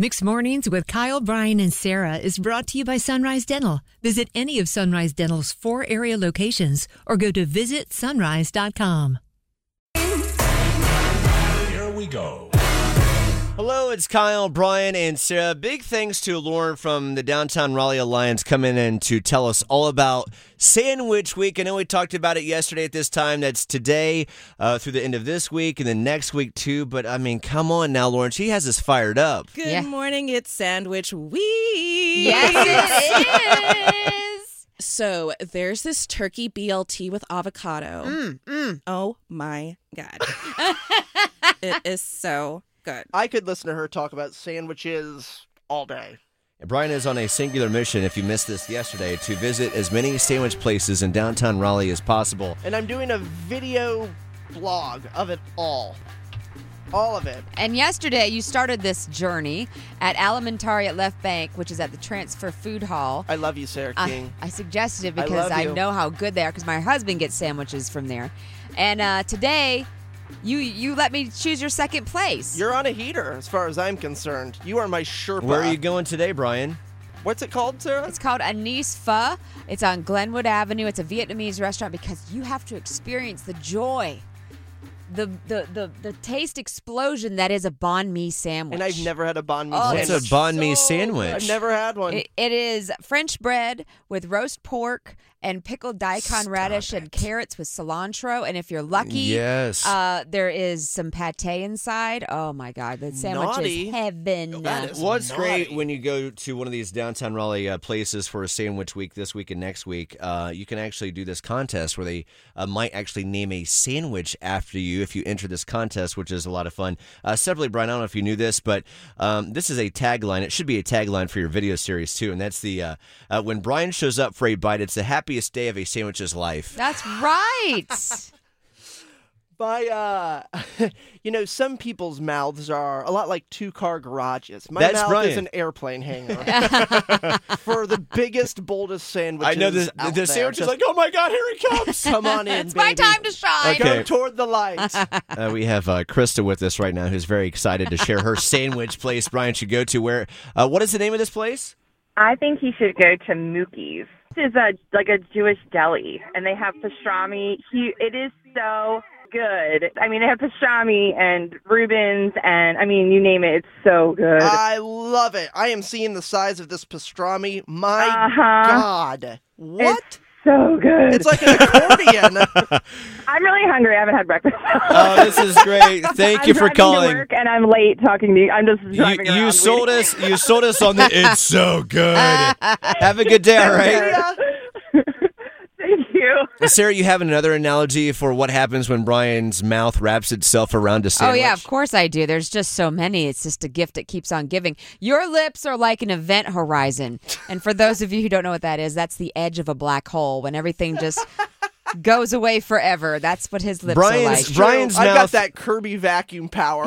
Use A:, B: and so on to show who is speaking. A: Mixed Mornings with Kyle, Brian, and Sarah is brought to you by Sunrise Dental. Visit any of Sunrise Dental's four area locations or go to visitsunrise.com.
B: Here we go.
C: Hello, it's Kyle, Brian, and Sarah. Big thanks to Lauren from the Downtown Raleigh Alliance coming in to tell us all about Sandwich Week. I know we talked about it yesterday at this time. That's today uh, through the end of this week and then next week too. But I mean, come on now, Lauren. She has us fired up.
D: Good
E: Yeah.
D: morning. It's sandwich week.
E: Yes, it is.
D: So there's this turkey BLT with avocado.
E: Mm, mm.
D: Oh my god. it is so good.
F: I could listen to her talk about sandwiches all day.
C: Brian is on a singular mission, if you missed this yesterday, to visit as many sandwich places in downtown Raleigh as possible.
F: And I'm doing a video blog of it all. All of it.
E: And yesterday, you started this journey at Alimentari at Left Bank, which is at the Transfer Food Hall.
F: I love you, Sarah
E: I,
F: King.
E: I suggested it
F: I
E: because
F: love
E: I,
F: you.
E: know how good they are because my husband gets sandwiches from there. And uh, today, you you let me choose your second place.
F: You're on a heater, as far as I'm concerned. You are my Sherpa.
C: Where are you going today, Brian?
F: What's it called, Sarah?
E: It's called Anis Pho. It's on Glenwood Avenue. It's a Vietnamese restaurant because you have to experience the joy, the the the, the taste explosion that is a banh mi sandwich.
F: And I've never had a banh mi
E: Oh,
C: What's
F: sandwich.
C: a
E: it's
C: banh mi
E: so
C: sandwich?
F: I've never had one.
E: It, it is French bread with roast pork and pickled daikon radish and carrots with cilantro. And if you're lucky,
C: Yes.
E: uh, there is some pate inside. Oh my God, that sandwich
F: Naughty.
E: is heaven.
F: that is-
C: What's
F: naughty.
C: great when you go to one of these downtown Raleigh uh, places for a sandwich week this week and next week, uh, you can actually do this contest where they uh, might actually name a sandwich after you if you enter this contest, which is a lot of fun. Uh, separately, Brian, I don't know if you knew this, but um, this is a tagline. It should be a tagline for your video series too, and that's the uh, uh, when Brian shows up for a bite, it's the happiest day of a sandwich's life.
E: That's right.
F: My, uh, you know, some people's mouths are a lot like two car garages. My
C: That's
F: mouth
C: Brian.
F: is an airplane hangar for the biggest, boldest sandwiches.
C: I know this.
F: out
C: The
F: there.
C: sandwich is
F: Just
C: like, oh my god, here he comes!
F: come on in.
E: it's my
F: baby.
E: time to shine.
C: Okay.
F: Go toward the light.
C: Uh, we have uh, Krista with us right now, who's very excited to share her sandwich place Brian should go to. Where? Uh, what is the name of this place?
G: I think he should go to Mookie's. This is a like a Jewish deli, and they have pastrami. He, it is so good. I mean, they have pastrami and Rubens, and I mean, you name it. It's so good.
F: I love it. I am seeing the size of this pastrami. My
G: Uh-huh.
F: God. What? It's,
G: so good.
F: like an accordion.
G: I'm really hungry. I haven't had breakfast.
C: Oh, this is great! Thank
G: I'm
C: you for
G: driving to
C: calling.
G: work, and I'm late talking to you. I'm just
C: You,
G: driving around
C: you sold us.
G: waiting.
C: You sold us on the. It's so good. have a good day. All right,
F: Yeah.
G: Thank you.
C: Sarah. You have another analogy for what happens when Brian's mouth wraps itself around a
E: Oh
C: sandwich.
E: yeah, of course I do. There's just so many. It's just a gift that keeps on giving. Your lips are like an event horizon. And for those of you who don't know what that is, that's the edge of a black hole when everything just goes away forever. That's what his lips
C: Brian's-
E: are like.
C: Brian's
F: I've
C: mouth-
F: got that Kirby vacuum power.